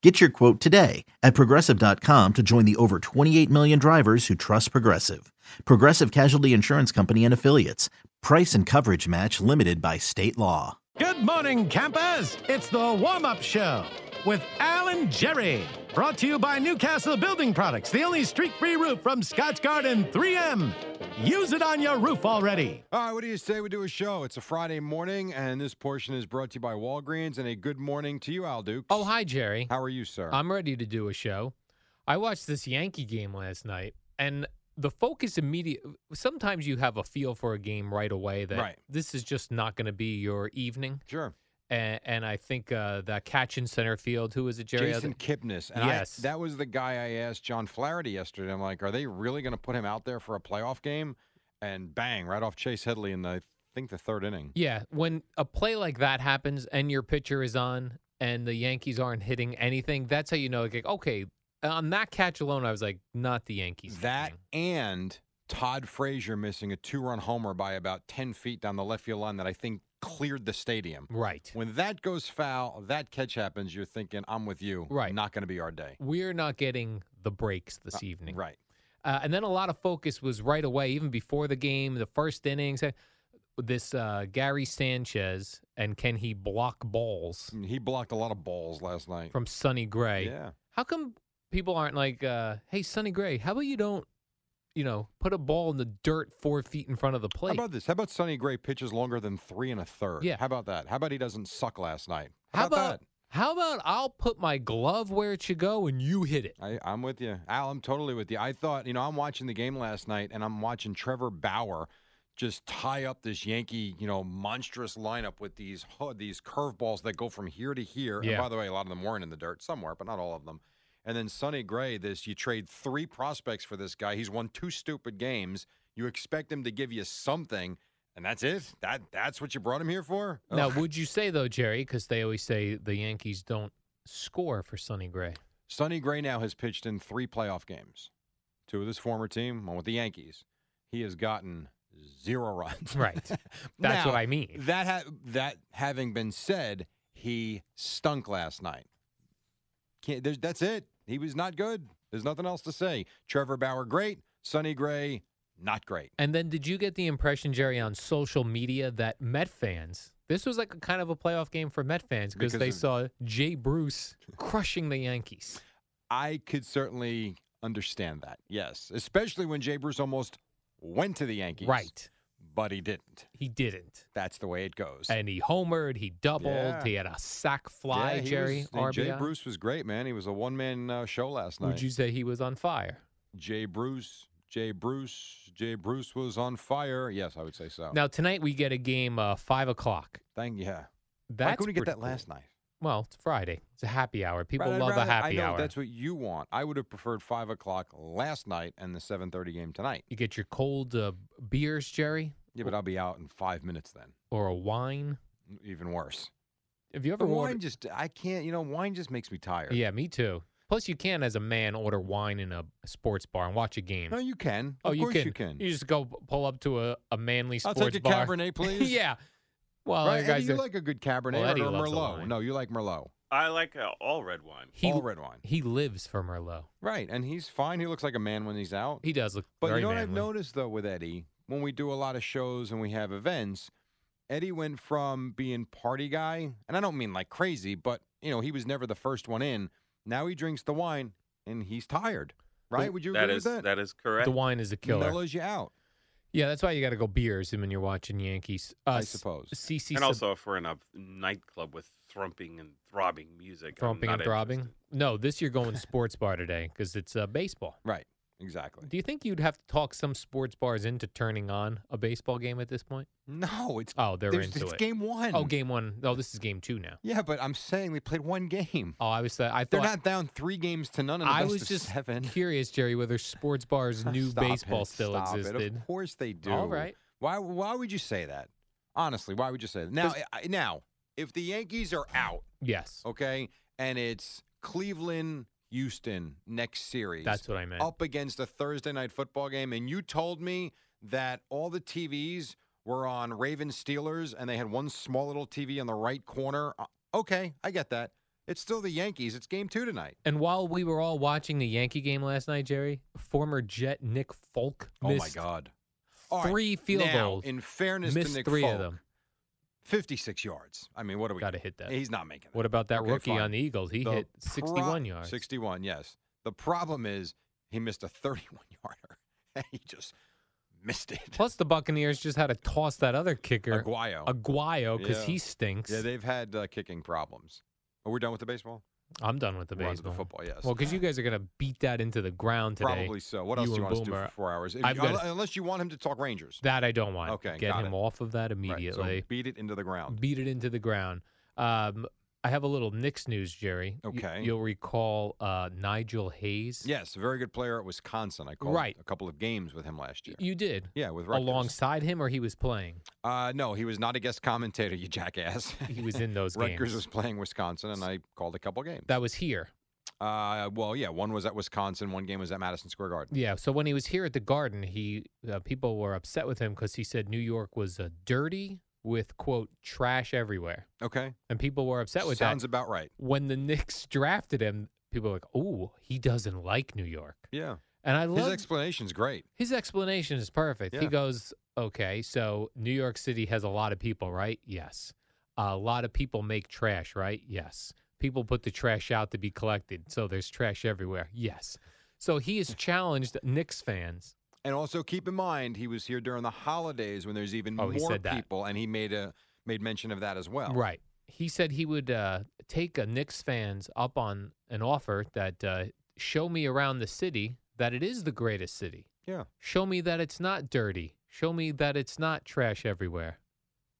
Get your quote today at progressive.com to join the over 28 million drivers who trust Progressive. Progressive Casualty Insurance Company and Affiliates. Price and coverage match limited by state law. Good morning, campers. It's the warm up show with Alan Jerry. Brought to you by Newcastle Building Products, the only streak free roof from Scotch Garden 3M. Use it on your roof already. All right, what do you say we do a show? It's a Friday morning, and this portion is brought to you by Walgreens. And a good morning to you, Al Duke. Oh, hi, Jerry. How are you, sir? I'm ready to do a show. I watched this Yankee game last night, and the focus immediate. Sometimes you have a feel for a game right away that Right. this is just not going to be your evening. sure. And, and I think uh, that catch in center field. Who was it, Jerry? Jason Kipnis. And Yes. I, that was the guy I asked John Flaherty yesterday. I'm like, are they really going to put him out there for a playoff game? And bang, right off Chase Headley in the, I think, the third inning. Yeah, when a play like that happens and your pitcher is on and the Yankees aren't hitting anything, that's how you know. Like, okay, on that catch alone, I was like, not the Yankees. That hitting. and Todd Frazier missing a two run homer by about 10 feet down the left field line that I think cleared the stadium. right. When that goes foul, that catch happens, you're thinking, I'm with you. Right. Not going to be our day. We're not getting the breaks this evening. Right. Uh, and then a lot of focus was right away, even before the game, the first innings. uh, This uh, Gary Sanchez and can he block balls Mm, He blocked a lot of balls last night. from Sonny Gray? Yeah. How come people aren't like, uh, hey, Sonny Gray, how about you don't, you know, put a ball in the dirt four feet in front of the How plate? about this? How about Sonny Gray pitches longer than three and a third? Yeah. How about that? How about he doesn't suck last night? How about- that? How about I'll put my glove where it should go and you hit it? I, I'm with you. Al, I'm totally with you. I thought, you know, I'm watching the game last night and I'm watching Trevor Bauer just tie up this Yankee, you know, monstrous lineup with these ho- these curveballs that go from here to here. And Yeah. by the way, a lot of them weren't in the dirt somewhere, but not all of them. And then Sonny Gray, this you trade three prospects for this guy. He's won two stupid games. You expect him to give you something, and that's it. That that's what you brought him here for. Now, Ugh. would you say, though, Jerry, because they always say the Yankees don't score for Sonny Gray? Sonny Gray now has pitched in three playoff games, two with his former team, one with the Yankees. He has gotten zero runs. Right. That's what I mean. That ha- that having been said, he stunk last night. Can't, there's, that's it. He was not good. There's nothing else to say. Trevor Bauer, great. Sonny Gray, not great. And then did you get the impression, Jerry, on social media that Met fans, this was like a kind of a playoff game for Met fans because Because they of- saw Jay Bruce crushing the Yankees. I could certainly understand that. Yes, especially when Jay Bruce almost went to the Yankees. Right. but he didn't. He didn't. That's the way it goes. And he homered, he doubled, Yeah. he had a sack fly, Yeah, he Jerry. was- and Jay RBI. Bruce was great, man. He was a one man uh, show last night. Would you say he was on fire? Jay Bruce, Jay Bruce, Jay Bruce was on fire. Yes, I would say so. Now tonight we get a game uh, five o'clock. Thank yeah. Why That's couldn't we get pretty that cool. last night? Well, it's Friday. It's a happy hour. People Right, I'd love a rather- I happy know hour. That's what you want. I would have preferred five o'clock last night and the seven thirty game tonight. you get your cold uh, beers, Jerry, Yeah, but I'll be out in five minutes then. or a wine. Even worse. Have you ever But ordered- wine just I can't. You know, wine just makes me tired. Yeah, me too. Plus, you can, as a man, order wine in a sports bar and watch a game. No, you can. oh, of you course can. you can. You just go p- pull up to a, a manly I'll sports take a bar. Cabernet, please. yeah, Well, right? you guys Eddie, you are- like a good Cabernet Well, Eddie or a loves a Merlot. wine. No, you like Merlot. I like uh, all red wine. he all red wine. he lives for Merlot. Right. And he's fine. He looks like a man when he's out. He does look. But very you know what I've manly. noticed though with Eddie, when we do a lot of shows and we have events, Eddie went from being party guy, and I don't mean like crazy, but you know, he was never the first one in. Now he drinks the wine and he's tired. Right? Would you That agree is with that? that is correct. The wine is a killer. Mellows you out, Yeah, that's why you got to go beers when you're watching Yankees. Uh, I s- suppose. CC and Sab- also, if we're in a nightclub with thromping and throbbing music, I'm thumping and not throbbing. interested. No, this year going sports bar today because it's uh, baseball. Right. Exactly. Do you think you'd have to talk some sports bars into turning on a baseball game at this point? No, it's Oh, they're there's- into it's it. game one. Oh, game one. Oh, this is game two now. Yeah, but I'm saying we played one game. Oh, I was. th- I thought. They're not down three games to none in the I best was of just seven. curious, Jerry, whether sports bars knew Stop baseball it, still stop it. existed. Of course they do. All right. Why? Why would you say that? Honestly, why would you say that? Now, I- now, if the Yankees are out, Yes, okay, and it's Cleveland, Houston next series, that's what I meant. up against a Thursday night football game, and you told me that all the TVs were on Ravens Steelers, and they had one small little TV on the right corner. uh, Okay, I get that. It's still the Yankees. It's game two tonight. And while we were all watching the Yankee game last night, Jerry, former Jet Nick Folk oh my missed God! All right, three field now, goals. In fairness missed to Nick three Folk, of them. 56 yards. I mean, what are we? Got to doing? hit that. He's not making that. What about that Okay, rookie fine. on the Eagles? He The hit pro- 61 yards. 61, yes. The problem is he missed a 31 yarder. he just missed it. Plus, the Buccaneers just had to toss that other kicker, Aguayo. Aguayo, because Yeah. he stinks. yeah, they've had uh, kicking problems. Are we done with the baseball? I'm done with the We're on to baseball. the football, yes. Well, because you guys are going to beat that into the ground today. Probably so. What else do and you want us to do Boomer. for four hours? If I've you- got- unless you want him to talk Rangers. That I don't want. Okay, Get got him it. off of Right, that so immediately. beat it into the ground. beat it into the ground. Um, I have a little Knicks news, Jerry. You- Okay. you'll recall uh, Nigel Hayes. Yes, a very good player at Wisconsin. I called Right. a couple of games with him last year. You did. yeah, with Rutgers. Alongside him, or he was playing? Uh, no, he was not a guest commentator, you jackass. He was in those Rutgers games. was playing Wisconsin, and I called a couple games. That was here. Uh, well, yeah, one was at Wisconsin, one game was at Madison Square Garden. Yeah. So when he was here at the Garden, he uh, people were upset with him because he said New York was uh, dirty with quote trash everywhere, Okay, and people were upset with sounds that. about right. when the Knicks drafted him, people were like, "Oh, he doesn't like New York," Yeah, and I his love explanation's great. His explanation is perfect. He Yeah. goes, okay, so New York City has a lot of people, right? Yes. A lot of people make trash, right? Yes. People put the trash out to be collected. So there's trash everywhere. Yes. So he has challenged Knicks fans. And also keep in mind, he was here during the holidays when there's even Oh, he more said that. people, and he made a made mention of that as well. Right. He said he would uh, take a Knicks fans up on an offer that uh, show me around the city that it is the greatest city. Yeah. Show me that it's not dirty. Show me that it's not trash everywhere.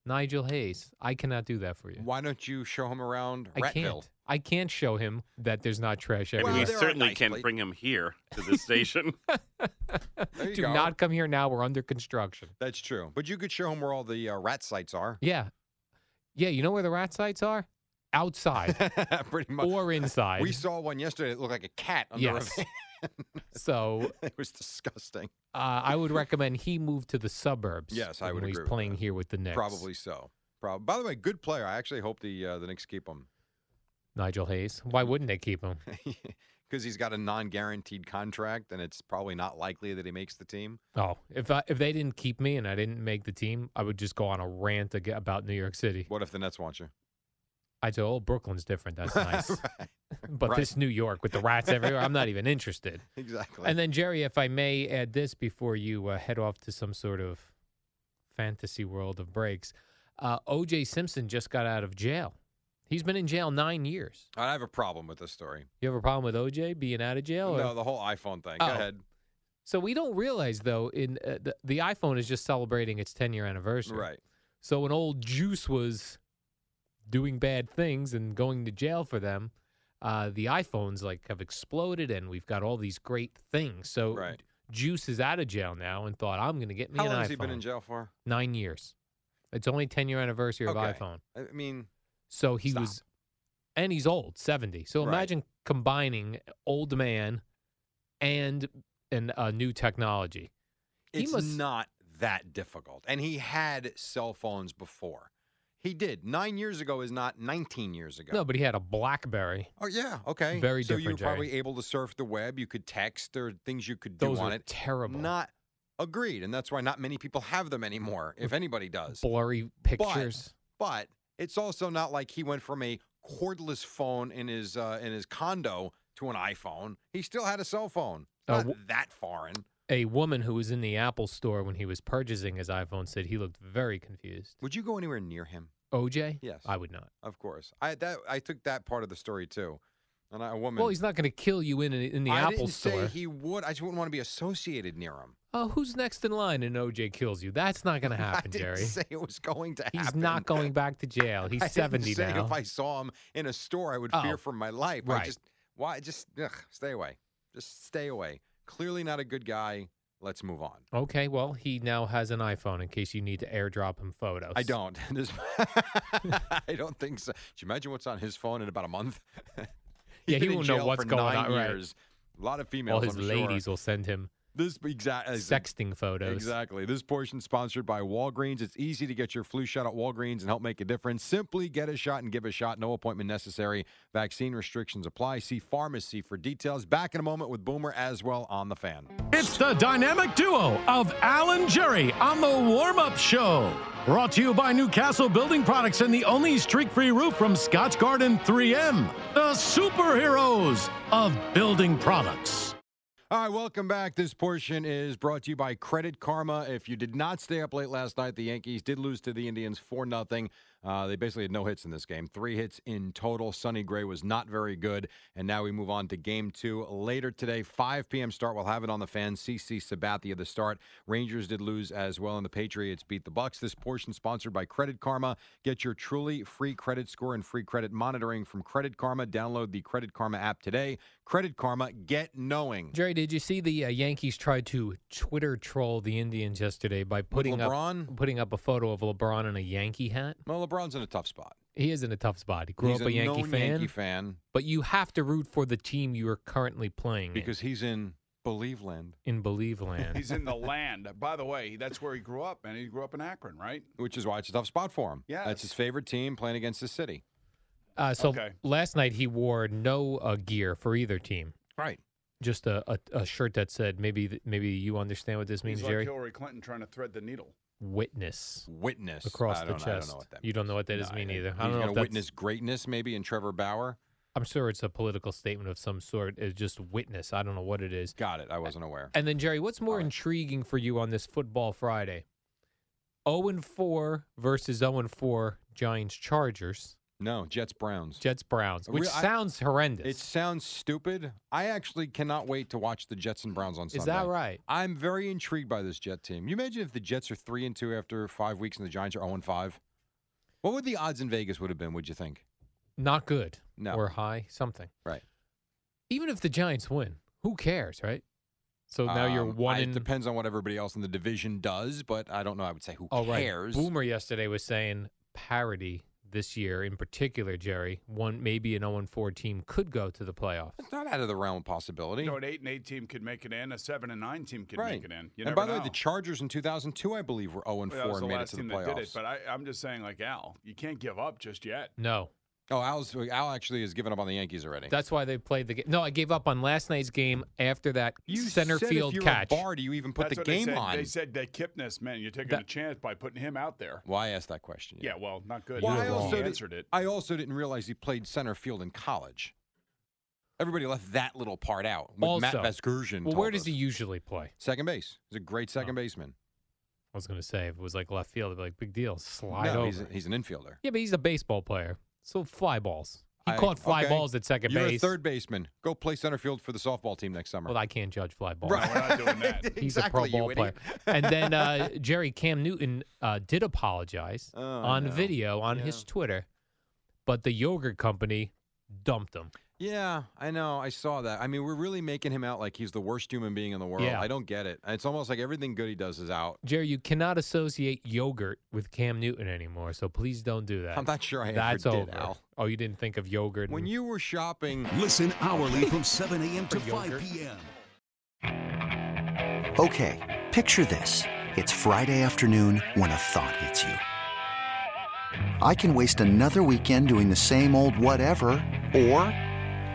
Nigel Hayes, I cannot do that for you. Why don't you show him around I Ratville? can't. I can't show him that there's not trash And Well, we everywhere. there are certainly nice can't pla- bring him here to the station. There you do go. not come here now. We're under construction. That's true. But you could show him where all the uh, rat sites are. Yeah. Yeah, you know where the rat sites are? Outside Pretty much. or inside. we saw one yesterday that looked like a cat under yes. a van. so it was disgusting. uh, I would recommend he move to the suburbs. Yes, I when would He's agree with playing that. here with the Knicks. Probably so. Prob- By the way, good player. I actually hope the uh, the Knicks keep him. Nigel Hayes. Why wouldn't they keep him? because he's got a non-guaranteed contract, and it's probably not likely that he makes the team. Oh, if I, if they didn't keep me and I didn't make the team, I would just go on a rant ag- about New York City. What if the Nets want you? I'd say, oh, Brooklyn's different. That's nice. Right, But right. this New York with the rats everywhere, I'm not even interested. exactly. And then, Jerry, if I may add this before you uh, head off to some sort of fantasy world of breaks, uh, O.J. Simpson just got out of jail. He's been in jail nine years. I have a problem with this story. You have a problem with O.J. being out of jail? or- No, the whole iPhone thing. Go uh, Oh. ahead. So we don't realize, though, in uh, the, the iPhone is just celebrating its 10 year anniversary. Right. So when old Juice was doing bad things and going to jail for them, uh, the iPhones like have exploded, and we've got all these great things. So Right. Juice is out of jail now and thought I'm going to get me How an long iPhone. has he been in jail for? Nine years. It's only ten year anniversary of Okay. iPhone. I mean, So he Stop. was, and he's old, seventy. So Right. imagine combining old man and and uh, new technology. He it's must- not that difficult. And he had cell phones before. He did. Nine years ago is not 19 years ago. No, but he had a BlackBerry. Oh, yeah. Okay. Very so you were different, Jerry. probably able to surf the web. You could text. There are things you could do Those on were it. terrible. Not agreed. And that's why not many people have them anymore, if anybody does. blurry pictures. But it's also not like he went from a cordless phone in his uh, in his condo to an iPhone. He still had a cell phone. It's Uh, not w- that foreign. A woman who was in the Apple store when he was purchasing his iPhone said he looked very confused. Would you go anywhere near him? OJ? Yes. I would not. Of course. I that I took that part of the story too. And I, a woman. Well, he's not going to kill you in in the I Apple didn't store. say he would. I just wouldn't want to be associated near him. oh, who's next in line and OJ kills you? That's not going to I happen, didn't Jerry. say it was going to He's happen. not going back to jail. He's I didn't 70 say now. If I saw him in a store, I would Oh, fear for my life. I right. just why just ugh, stay away. Just stay away. Clearly not a good guy. Let's move on. Okay, well, he now has an iPhone in case you need to airdrop him photos. I don't. This- I don't think so. Could you imagine what's on his phone in about a month? He's Yeah, he been in won't know jail what's for going nine on, right. Years. A lot of females. All his I'm sure. ladies will send him This uh, exactly. sexting photos. Exactly. This portion sponsored by Walgreens. It's easy to get your flu shot at Walgreens and help make a difference. Simply get a shot and give a shot. No appointment necessary. Vaccine restrictions apply. See pharmacy for details. Back in a moment with Boomer as well on the fan. It's the dynamic duo of Alan Jerry on the warm up show. Brought to you by Newcastle Building Products and the only streak free roof from Scotch Garden 3M, the superheroes of building products. All right, welcome back. This portion is brought to you by Credit Karma. If you did not stay up late last night, the Yankees did lose to the Indians 4 0. Uh, they basically had no hits in this game, three hits in total. Sonny Gray was not very good. And now we move on to game two later today, 5 p.m. start. We'll have it on the fan. CC Sabathia, the start. Rangers did lose as well, and the Patriots beat the Bucks. This portion sponsored by Credit Karma. Get your truly free credit score and free credit monitoring from Credit Karma. Download the Credit Karma app today. Credit Karma, get knowing. Jerry, did you see the uh, Yankees tried to Twitter troll the Indians yesterday by putting LeBron? up putting up a photo of LeBron in a Yankee hat? Well, LeBron's in a tough spot. He is in a tough spot. He grew he's up a, Yankee known fan, Yankee fan but you have to root for the team you are currently playing in- because he's in Believe Land, in Believe Land. He's in the land. By the way, that's where he grew up, and he grew up in Akron, right? which is why it's a tough spot for him. that's Yes. his favorite team playing against the city. Uh, so Okay. last night he wore no uh, gear for either team. Right. Just a, a, a shirt that said maybe th- maybe you understand what this means, He's like Jerry. Hillary Clinton trying to thread the needle. Witness Witness across I the don't- chest. I don't know what that. You means. don't know what that is No, I mean don't- either. I he's don't know gonna if that's, witness greatness maybe in Trevor Bauer. I'm sure it's a political statement of some sort. It's just witness. I don't know what it is. Got it. I wasn't aware. And then Jerry, what's more All right. intriguing for you on this football Friday? 0 and 4 versus 0 and 4 Giants Chargers, No, Jets Browns. Jets Browns, which Real- I- sounds horrendous. It sounds stupid. I actually cannot wait to watch the Jets and Browns on Sunday. is that right? I'm very intrigued by this Jet team. You imagine if the Jets are three and two after five weeks and the Giants are zero and five. What would the odds in Vegas would have been? Would you think? Not good. No. Or high, something. Right. Even if the Giants win, who cares, right? So now you're Um, one I- in It depends on what everybody else in the division does, but I don't know. I would say who Oh, right. cares? Boomer yesterday was saying parity this year in particular, Jerry. One maybe an 0 and 4 team could go to the playoffs. It's not out of the realm of possibility. You know, an eight and eight team could make it in. A seven and nine team could right. make it in. You and never by the way, know. the Chargers in 2002, I believe, were 0 and Well, 4 that was and the made it last to the team playoffs. that did it. But I, I'm just saying, like Al, you can't give up just yet. No. oh, Al's, Al actually has given up on the Yankees already. That's why they played the game. No, I gave up on last night's game after that you center said field if you're catch. A bar, do you even put That's the what they game said. on? They said that Kipnis, man, you're taking That- a chance by putting him out there. Why I asked that question? Yeah, well, not good. Well, He I also did- answered it. I also didn't realize he played center field in college. Everybody left that little part out. What Matt Also- Vasgersian. well, told where does us. he usually play? Second base. He's a great second Oh. baseman. I was going to say if it was like left field, I'd be like big deal, slide no, over. he's, he's an infielder. yeah, but he's a baseball player, so fly balls. He I- caught fly okay. balls at 2nd You're base. a third baseman. Go play center field for the softball team next summer. well, I can't judge fly balls. Right. We're not doing that. He's a pro ball player. and then uh, Jerry Cam Newton uh, did apologize Oh, on no. video on his Twitter, but the yogurt company dumped him. Yeah, I know. I saw that. I mean, we're really making him out like he's the worst human being in the world. Yeah. I don't get it. It's almost like everything good he does is out. Jerry, you cannot associate yogurt with Cam Newton anymore, so please don't do that. I'm not sure I That's ever over. did, Al. Oh, you didn't think of yogurt. When and- you were shopping, Listen hourly from 7 a.m. to For 5 yogurt. p.m. Okay, picture this. It's Friday afternoon when a thought hits you. I can waste another weekend doing the same old whatever, or